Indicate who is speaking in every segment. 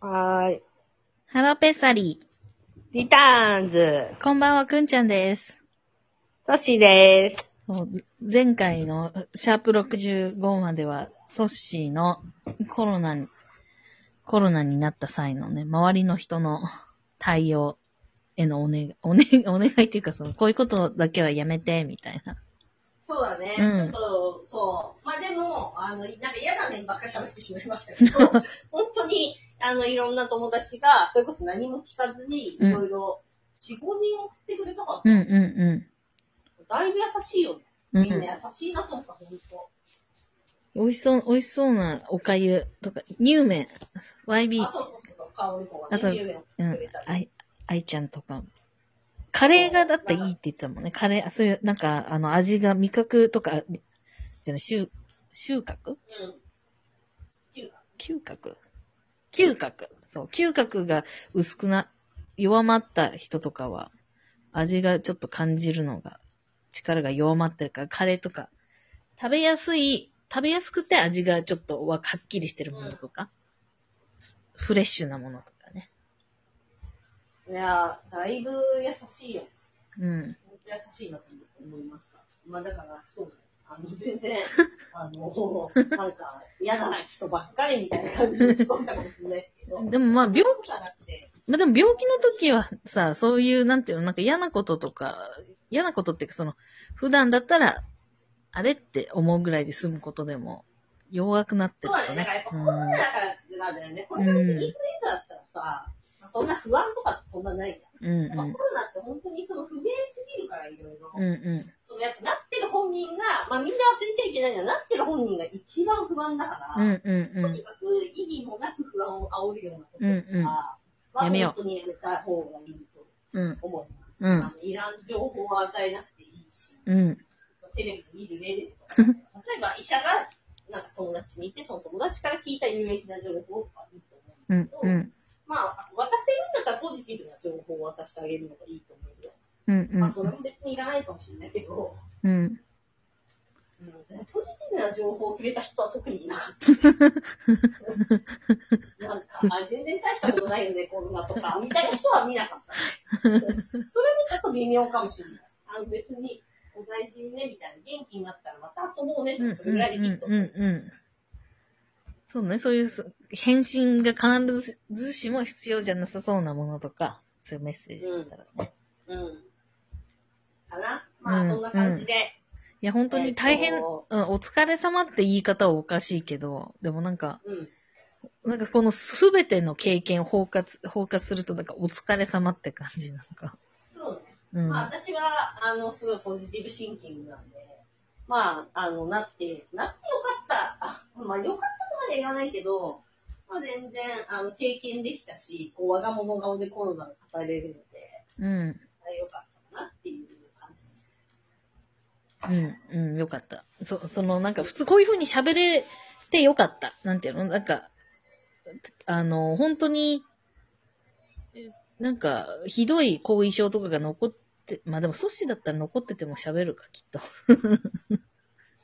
Speaker 1: はーい。
Speaker 2: ハロペサリ
Speaker 1: リターンズ、
Speaker 2: ー。こんばんは、くんちゃんです。
Speaker 1: ソシです。
Speaker 2: そうず前回のシャープ65までは、ソッシーのコロナに、コロナになった際のね、周りの人の対応へのお願い、お,、ね、 お願いっていうか、その、こういうことだけはやめて、みたいな。
Speaker 3: そうだね。
Speaker 2: う
Speaker 3: ちょ
Speaker 2: ん
Speaker 3: っと、そう。まあでも、あの、なんか嫌な面ばっかり喋ってしまいましたけど、 本当に、あの、いろんな友達が、それこそ何も聞かずに、い
Speaker 2: うん
Speaker 3: ろいろ、4、5人送ってくれたか
Speaker 2: う
Speaker 3: ら、
Speaker 2: んう
Speaker 3: だいぶ優しいよね。
Speaker 2: んうん。
Speaker 3: み
Speaker 2: うんん
Speaker 3: な優しいなと思った、本当。
Speaker 2: 美味しそう、美味しそうなおかゆとか、乳麺、YB
Speaker 3: あ、、そうそうそうそう、香り子
Speaker 2: あ
Speaker 3: が
Speaker 2: と
Speaker 3: ね、夢を
Speaker 2: うん
Speaker 3: くれた、り
Speaker 2: あい、あいちゃんとか。カレーがだっていいって言ってたもんね。カレー、あそういう、なんか、あの、味が、味覚とか、じゃない、収、収穫
Speaker 3: うん。
Speaker 2: 嗅覚嗅覚。そう、嗅覚が薄くな、弱まった人とかは、味がちょっと感じるのが、力が弱まってるから、カレーとか、食べやすい、食べやすくて味がちょっとははっきりしてるものとか、フレッシュなものとかね。
Speaker 3: いやー、だいぶ優しいよ。
Speaker 2: うん。
Speaker 3: 本当に優しいなと思いました。まあだから、そうね。あの、全 然、あの、なんか、嫌な人ばっかりみたいな感じで聞こえたかもしれないですけど。
Speaker 2: でもまあ、病
Speaker 3: 気じゃなくて、
Speaker 2: まあ、でも病気の時はさ、そういう、なんていうの、なんか嫌なこととか、嫌なことっていうか、その、普段だったら、あれって思うぐらいで済むことでも、弱くなって
Speaker 3: そう
Speaker 2: る
Speaker 3: だ
Speaker 2: と
Speaker 3: ね。だからやっぱ。
Speaker 2: ね
Speaker 3: コ
Speaker 2: う
Speaker 3: ロ
Speaker 2: ん
Speaker 3: ナだからなんだよね。これが別にインフルエンザだったらさ、まあそんな不安とかってそんなないじ
Speaker 2: う
Speaker 3: ゃん。やっぱ
Speaker 2: ん
Speaker 3: コロナって本当にその不明すぎるから、いろいろ。
Speaker 2: うん。う
Speaker 3: そのやっぱなってる本人が、まあみんな忘れちゃいけないのは、なってる本人が一番不安だから。
Speaker 2: んうん。うんうんう
Speaker 3: と
Speaker 2: ん
Speaker 3: に。かく意味もなく不安を煽るようなこととか、
Speaker 2: うんうん
Speaker 3: まあ
Speaker 2: やめよう
Speaker 3: 本当にやめた方がいいと
Speaker 2: うん。
Speaker 3: 思います。
Speaker 2: うん
Speaker 3: あのいらん情報は与えなくていいし、
Speaker 2: うん。
Speaker 3: テレビで見る例でとか、例 えば医者がなんか友達にいて、その友達から聞いた有益な情報とかいいと思う
Speaker 2: うんん
Speaker 3: だけど、
Speaker 2: うん。
Speaker 3: まあ、渡せるんだったらポジティブな情報を渡してあげるのがいいと思うよ。
Speaker 2: うん
Speaker 3: まあ、それも別にいらないかもしれないけど、
Speaker 2: うん。うん。
Speaker 3: うん、ポジティブな情報をくれた人は特にいなかった。なんか、あ全然大したことないよね、こんなとか、みたいな人は見なかった。それもちょっと微妙かもしれない。あの別に、お大事にね、みたいな、元気になったらまた遊ぼうね、
Speaker 2: うん
Speaker 3: それ
Speaker 2: うん
Speaker 3: ぐらいでいいと
Speaker 2: うん
Speaker 3: 思う。
Speaker 2: うん。そうね、そういうそ、返信が必ずしも必要じゃなさそうなものとか、そういうメッセージだったらね。
Speaker 3: うん。かなま
Speaker 2: うん
Speaker 3: あ、そんな感じで。
Speaker 2: いや、本当に大変、
Speaker 3: えーと
Speaker 2: うん、お疲れ様って言い方はおかしいけど、でもなんか、
Speaker 3: うん。
Speaker 2: なんかこのすべての経験を包括、包括するとなんかお疲れ様って感じなのか。
Speaker 3: そうね。
Speaker 2: うん。
Speaker 3: まあ、私は、あの、すごいポジティブシンキングなんで、まあ、あの、なって、なってよかった、あ、まあ、よかったとまでいかないけど、まあ、全然、あの、経験できたし、こう、我が物顔でコロナを語れるので、
Speaker 2: うん。
Speaker 3: あよかったかなっていう感じです。
Speaker 2: うん、うん、よかった。そ、その、なんか普通こういう風に喋れてよかった。なんていうのなんか、あの、本当に、えなんか、ひどい後遺症とかが残って、まあでも阻止だったら残ってても喋るか、きっと。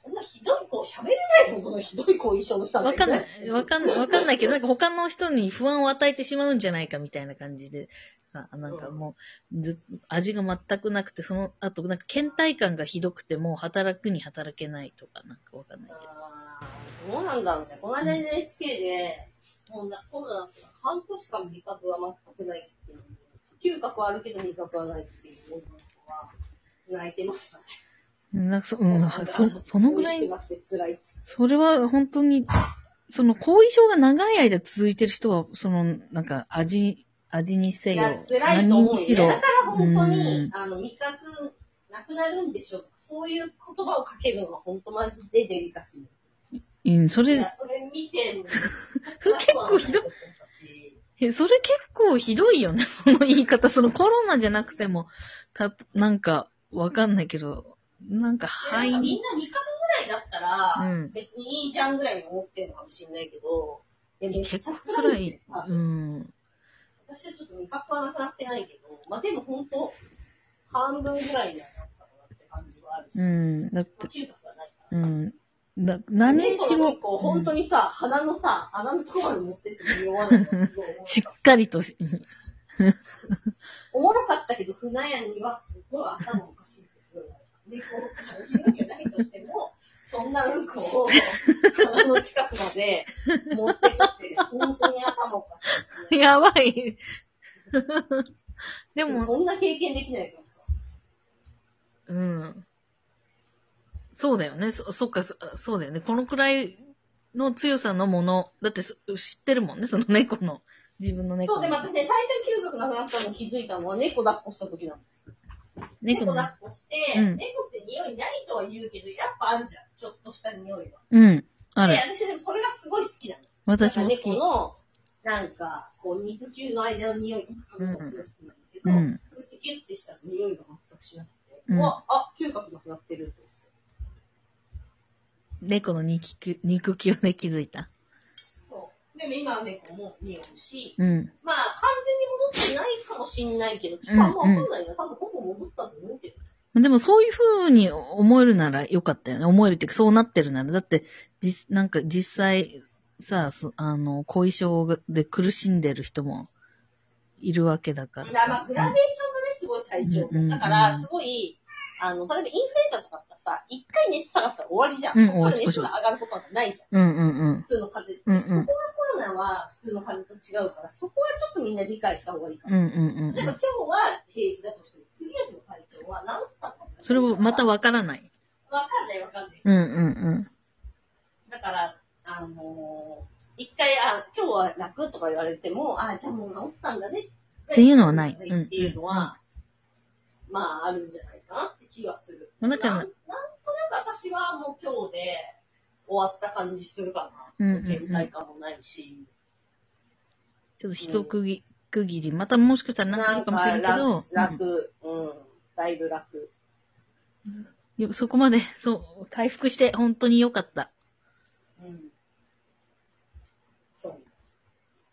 Speaker 3: そんなひどい子、喋れないもん、このひどい後遺症の人。
Speaker 2: わかんないい、わかんない、わかんないけど、なんか他の人に不安を与えてしまうんじゃないかみたいな感じで、さ、なんかもう、ずっ味が全くなくて、その後、なんか倦怠感がひどくて、もう働くに働けないとか、なんかわかんないけど。
Speaker 3: あーどうなんだろうね。この間 NHK で、もうなコロナって半年間味覚は全くないっていう。嗅覚はあるけど味覚はないっていう女の子は泣いてましたね。
Speaker 2: うんなんかそ、うん、そ、そのぐら
Speaker 3: 美味し
Speaker 2: い
Speaker 3: く、なくて辛いって。
Speaker 2: それは本当に、その後遺症が長い間続いてる人は、その、なんか味、味にせ
Speaker 3: い
Speaker 2: よ
Speaker 3: や、、辛いと
Speaker 2: 何
Speaker 3: 思う
Speaker 2: に
Speaker 3: ね。
Speaker 2: し
Speaker 3: だか、
Speaker 2: ろ
Speaker 3: ら本当
Speaker 2: うん
Speaker 3: に、あの、味覚なくなるんでしょとか、そういう言葉をかけるのが本当マジでデリカシ
Speaker 2: うん、そ
Speaker 3: ー。い
Speaker 2: れ、
Speaker 3: や、それ見てんの。
Speaker 2: それ結 構ひどいえ、それ結構ひどいよね、 その言い方。そのコロナじゃなくても、た、なんか、わかんないけど、なんか肺
Speaker 3: なんかみ
Speaker 2: に
Speaker 3: ん、な味覚ぐらいだったら、
Speaker 2: うん
Speaker 3: 別にいいじゃんぐらいに思ってるのかもしれないけど、いやめっちゃ
Speaker 2: 結構辛い
Speaker 3: よ。あ
Speaker 2: うん。
Speaker 3: 私はちょっと味覚はなくなってないけど、まあでも本当、半分ぐらいにはなったかなって感じはあるし、
Speaker 2: うん。だっ
Speaker 3: まあ
Speaker 2: て、
Speaker 3: 嗅覚はないか
Speaker 2: う
Speaker 3: ら。
Speaker 2: ん。な何にし
Speaker 3: 猫の
Speaker 2: ろ
Speaker 3: 結、構本当にさ、鼻のさ、穴のところまで持ってって匂わないのす ごい
Speaker 2: うんしっかりとし、
Speaker 3: おもろかったけど、船屋にはすごい頭おかしいってすごい言われた。猫を感じるわけないとしても、そんなうんこを鼻の近くまで持ってくって、本当に頭おかしい。
Speaker 2: やばい。
Speaker 3: で
Speaker 2: で
Speaker 3: も
Speaker 2: も、
Speaker 3: そんな経験できないからさ。
Speaker 2: うん。そうだよね。そ、そっか、そそうだよね。このくらいの強さのもの、だってそ知ってるもんね、その猫の。自分の
Speaker 3: そ
Speaker 2: 猫
Speaker 3: う
Speaker 2: の。
Speaker 3: で、私ね、最初に嗅覚なくなったの気づいたのは猫抱っこした時なの。
Speaker 2: 猫
Speaker 3: 猫
Speaker 2: の
Speaker 3: 抱っこして、
Speaker 2: うん
Speaker 3: 猫って匂いないとは言うけど、やっぱあるじゃん。ちょっとした匂いは。
Speaker 2: うん。あ
Speaker 3: で、
Speaker 2: る。
Speaker 3: 私でもそれがすごい好きなの。
Speaker 2: 私も好
Speaker 3: なんか。
Speaker 2: き
Speaker 3: 猫の、なんか、こう、肉球の間の匂いとか嗅覚がすごい好きなんだけど、
Speaker 2: うん。
Speaker 3: こうやってキュッてしたら匂いが全くしなくて、
Speaker 2: う
Speaker 3: うんわ、あ、嗅覚なくなってるって。
Speaker 2: 猫の肉球、肉球で気づいた。
Speaker 3: そう。でも今は猫も匂うし、
Speaker 2: うん。
Speaker 3: まあ、完全に戻ってないかもしんないけど、ちょっとあんまわかんないな。多分ほぼ戻ったと思うけど。
Speaker 2: でもそういう風に思えるならよかったよね。思えるっていうか、そうなってるなら。だって、実、なんか実際、さ、そあの、後遺症で苦しんでる人もいるわけだか
Speaker 3: だ
Speaker 2: ら
Speaker 3: からまあ、
Speaker 2: さ。
Speaker 3: グラデーションがね、すごい体調
Speaker 2: うんうん
Speaker 3: も。だから、すごい、あの、例えばインフルエンザとかだったらさ、一回熱下がったら終わりじゃん。
Speaker 2: うん
Speaker 3: そこから
Speaker 2: 終わり
Speaker 3: 熱が上がることなんてないじゃん。
Speaker 2: うんうん
Speaker 3: 普通の風邪。
Speaker 2: うん。うんうん。
Speaker 3: コロナは普通の風邪と違うから、そこはちょっとみんな理解した方がいいか
Speaker 2: う
Speaker 3: な。
Speaker 2: んうんう
Speaker 3: 例えば
Speaker 2: ん。
Speaker 3: 今日は平気だとして、次の日の体調は治ったのか
Speaker 2: それもまた
Speaker 3: わ
Speaker 2: わからない。
Speaker 3: かんないわかんない。
Speaker 2: うんうん
Speaker 3: だから、あのー一回、あ、今日は楽とか言われても、あ、じゃあもう治ったんだね。
Speaker 2: っていうのはないうん
Speaker 3: っていうのは、まあ、あるんじゃないかなって気がする。
Speaker 2: まあだから
Speaker 3: なんなんとなく私はもう今日で終わった感じするか
Speaker 2: う
Speaker 3: な。
Speaker 2: んうんうん
Speaker 3: 倦怠感もないし。
Speaker 2: ちょっと一区切区切り、またもしかしたらなんかあるかもしれんけど、
Speaker 3: なんか楽、楽、うん、だいぶ楽。
Speaker 2: うんいやそこまで、そう、回復して本当に良かった。
Speaker 3: うん。そう。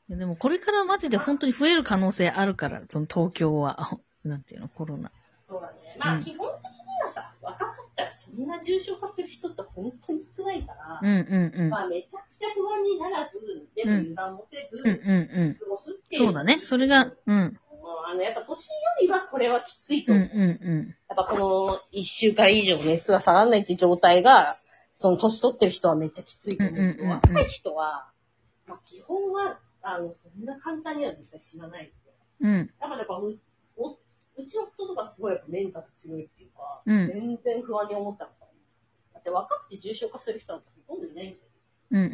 Speaker 2: いやでもこれからマジで本当に増える可能性あるから、その東京は、 あなんていうの、コロナ。
Speaker 3: そうだね。ま
Speaker 2: うん
Speaker 3: あ、基本的にはさ、若かったらそんな重症化する人って本当に少ないから、
Speaker 2: うんうんうん。
Speaker 3: まあ、めちゃくちゃ不安にならず、でも
Speaker 2: うん
Speaker 3: 油断もせず、
Speaker 2: うんうんうん。
Speaker 3: 過ごすっていう。
Speaker 2: そうだね。それが、うん。
Speaker 3: もうあの、やっぱ年よりはこれはきついと
Speaker 2: うん
Speaker 3: 思う。
Speaker 2: う
Speaker 3: やっぱこの1週間以上熱が下がらないっていう状態が、その年取ってる人はめっちゃきついと思うけど。
Speaker 2: うんうんうんうん
Speaker 3: 若い人は、まあ、基本は、あの、そんな簡単には絶対死なない。
Speaker 2: んうん。うん。
Speaker 3: だからやっぱう、おうちの夫とかすごいやっぱメンタル強いっていうか、
Speaker 2: うん
Speaker 3: 全然不安に思ったのかだって若くて重症化する人なんてほとんどいないんだよ。
Speaker 2: うんう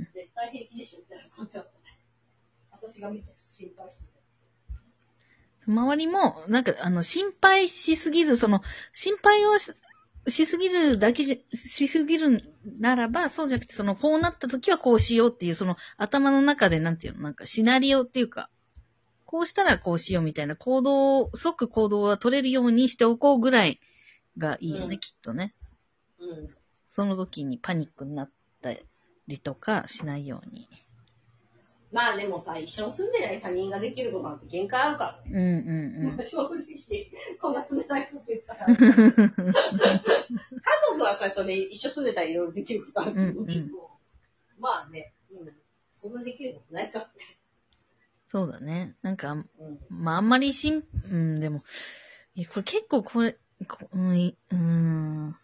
Speaker 2: ん
Speaker 3: 絶対平気でしょみたいな感じだったね。私がめちゃくちゃ心配してた。
Speaker 2: うん。周りも、なんか、あの、心配しすぎず、その、心配をし、しすぎるだけじゃ、しすぎるならば、そうじゃなくて、その、こうなった時はこうしようっていう、その、頭の中で、なんていうの、なんか、シナリオっていうか、こうしたらこうしようみたいな行動を、即行動が取れるようにしておこうぐらいがいいよね、
Speaker 3: うん
Speaker 2: きっとね。
Speaker 3: うん。
Speaker 2: その時にパニックになったりとかしないように。
Speaker 3: まあでもさ、一緒に住んでない他人ができることなんて限界あるからね。
Speaker 2: うんうん
Speaker 3: まあ正直、こんな冷たいこと言ったら。家族はさ、それ一緒住んでたらいろいろできることあると思うけど、
Speaker 2: うんうん
Speaker 3: まあね、うん、そんなできることないからね。
Speaker 2: そうだね。なんか、
Speaker 3: うん
Speaker 2: まああんまりしん、うん、でも、いやこれ結構これ、こうん、いうん、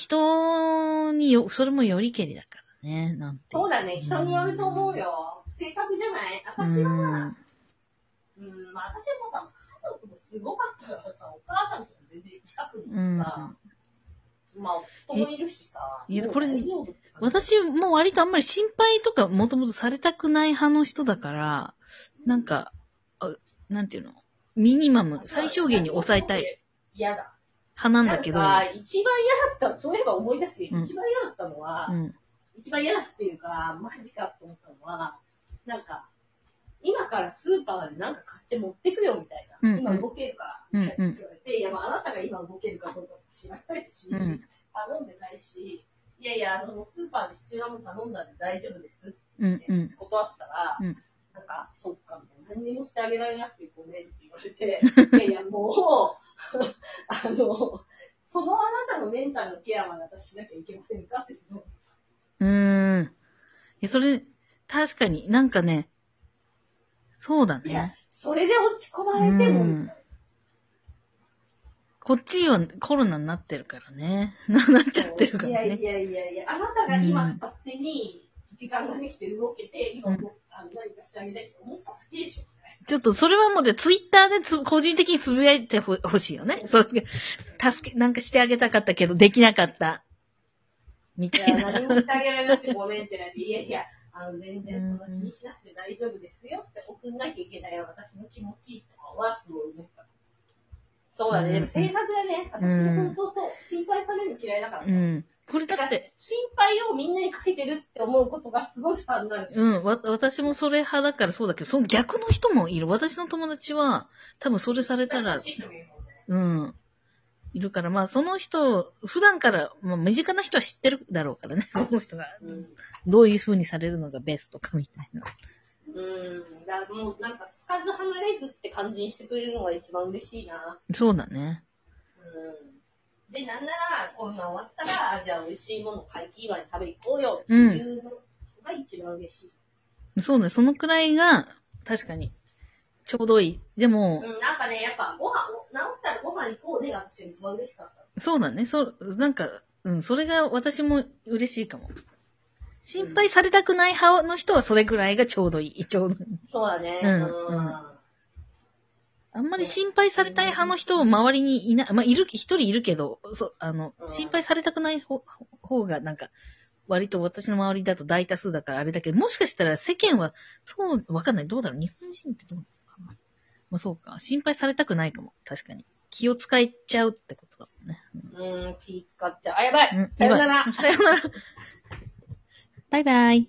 Speaker 2: 人によ、それもよりけりだからね、なんて。
Speaker 3: そうだね、人によると思うよ。性格じゃない私は、
Speaker 2: うん。
Speaker 3: うん、まあ私もさ、家族もすごかったからさ、お母さんとか全然近くにいて
Speaker 2: うん。
Speaker 3: さ、まあ夫もいるしさ、
Speaker 2: えいや
Speaker 3: もう
Speaker 2: これ
Speaker 3: 大丈夫って感じ
Speaker 2: 私も割とあんまり心配とかもともとされたくない派の人だから、なんか、あなんていうのミニマム、最小限に抑えたい。
Speaker 3: 嫌だ。
Speaker 2: 派なんだけど。
Speaker 3: なんか一番嫌だった、そういえば思い出すけど、
Speaker 2: うん
Speaker 3: 一番嫌だったのは、
Speaker 2: うん。
Speaker 3: 一番嫌だっていうか、マジかと思ったのは、なんか、今からスーパーでなんか買って持ってくよみたいな。
Speaker 2: うんうん
Speaker 3: 今動けるから、みたいな言われて、いや、まああなたが今動けるかどうか知らないし、
Speaker 2: うん。
Speaker 3: 頼んでないし、いやいや、あの、スーパーで必要なもの頼んだんで大丈夫ですって
Speaker 2: うん。うん。
Speaker 3: 断ったら、
Speaker 2: うん
Speaker 3: なんか、そっか、みたいな何にもしてあげられなくてごめんって言われ て、いやいや、もう、 あの、そのあなたのメンタルのケアまで私しなきゃいけませんかってすごい
Speaker 2: うーん。いや、それ、確かになんかね、そうだ
Speaker 3: いや
Speaker 2: ね。
Speaker 3: それで落ち込
Speaker 2: う
Speaker 3: まれても、
Speaker 2: ん。こっちはコロナになってるからね。 な、なっちゃってるか
Speaker 3: い
Speaker 2: ら
Speaker 3: やい
Speaker 2: ね。
Speaker 3: やいやいや、あなたが今
Speaker 2: うん
Speaker 3: 勝手に時間ができて動けて、今も、あの何かしてあげたいと思っただけでしょ。
Speaker 2: ちょっとそれはもうで、ツイッターでつ、個人的につぶやいてほほしいよね。そう、助け、なんかしてあげたかったけど、できなかった。み
Speaker 3: い
Speaker 2: た
Speaker 3: や、
Speaker 2: いな。
Speaker 3: 何もしてあげられなくてごめんってなって、いやいや、あの、全然そんな気にしなくて大丈夫ですよって送んなきゃいけない私の気持ちとかはすごい思った。そうだね、でも性格だね。私
Speaker 2: うん
Speaker 3: 本当そう、心配されるの嫌いだから。
Speaker 2: うん。これだ
Speaker 3: だ
Speaker 2: っ、
Speaker 3: ってて、心配をみんなにかけてるって思うことがすごい負担になる。
Speaker 2: うん、わ、私もそれ派だからそうだけど、その逆の人もいる。私の友達は、多分それされたら、
Speaker 3: 心配してほしい人もいるもんね
Speaker 2: うん、いるから、まあその人、普段から、まあ身近な人は知ってるだろうからね、この人が。
Speaker 3: うん
Speaker 2: どういう風にされるのがベストかみたいな。
Speaker 3: うん、だもうなんか、つかず離れずって感じにしてくれるのが一番嬉しいな。
Speaker 2: そうだね。
Speaker 3: うん。で、なんなら、コロナ終わったら、あじゃあ美味しいもの買い切りまで食べ行こうよっていうのが一番嬉しい。
Speaker 2: そうだね、そのくらいが、確かに、ちょうどいい。で
Speaker 3: うん
Speaker 2: も、、
Speaker 3: なんかね、やっぱご飯、治ったらご飯行こうねが私は一番嬉しかった。
Speaker 2: そうだね、そう、なんか、うん、それが私も嬉しいかも。心配されたくない派の人はそれぐらいがちょうどいい。ちょうどいい。
Speaker 3: そうだね。
Speaker 2: うん
Speaker 3: うん
Speaker 2: あんまり心配されたい派の人を周りにいない、まあ、いる、一人いるけど、そう、あの、
Speaker 3: うん
Speaker 2: 心配されたくない方方が、なんか、割と私の周りだと大多数だからあれだけど、もしかしたら世間は、そう、わかんない。どうだろう日本人ってどうなのかなまあ、そうか。心配されたくないかも。確かに。気を使っちゃうってことだもんね。
Speaker 3: うん、気使っちゃう。あ、やば
Speaker 2: うん
Speaker 3: い。さよなら。
Speaker 2: さよなら。バイバイ。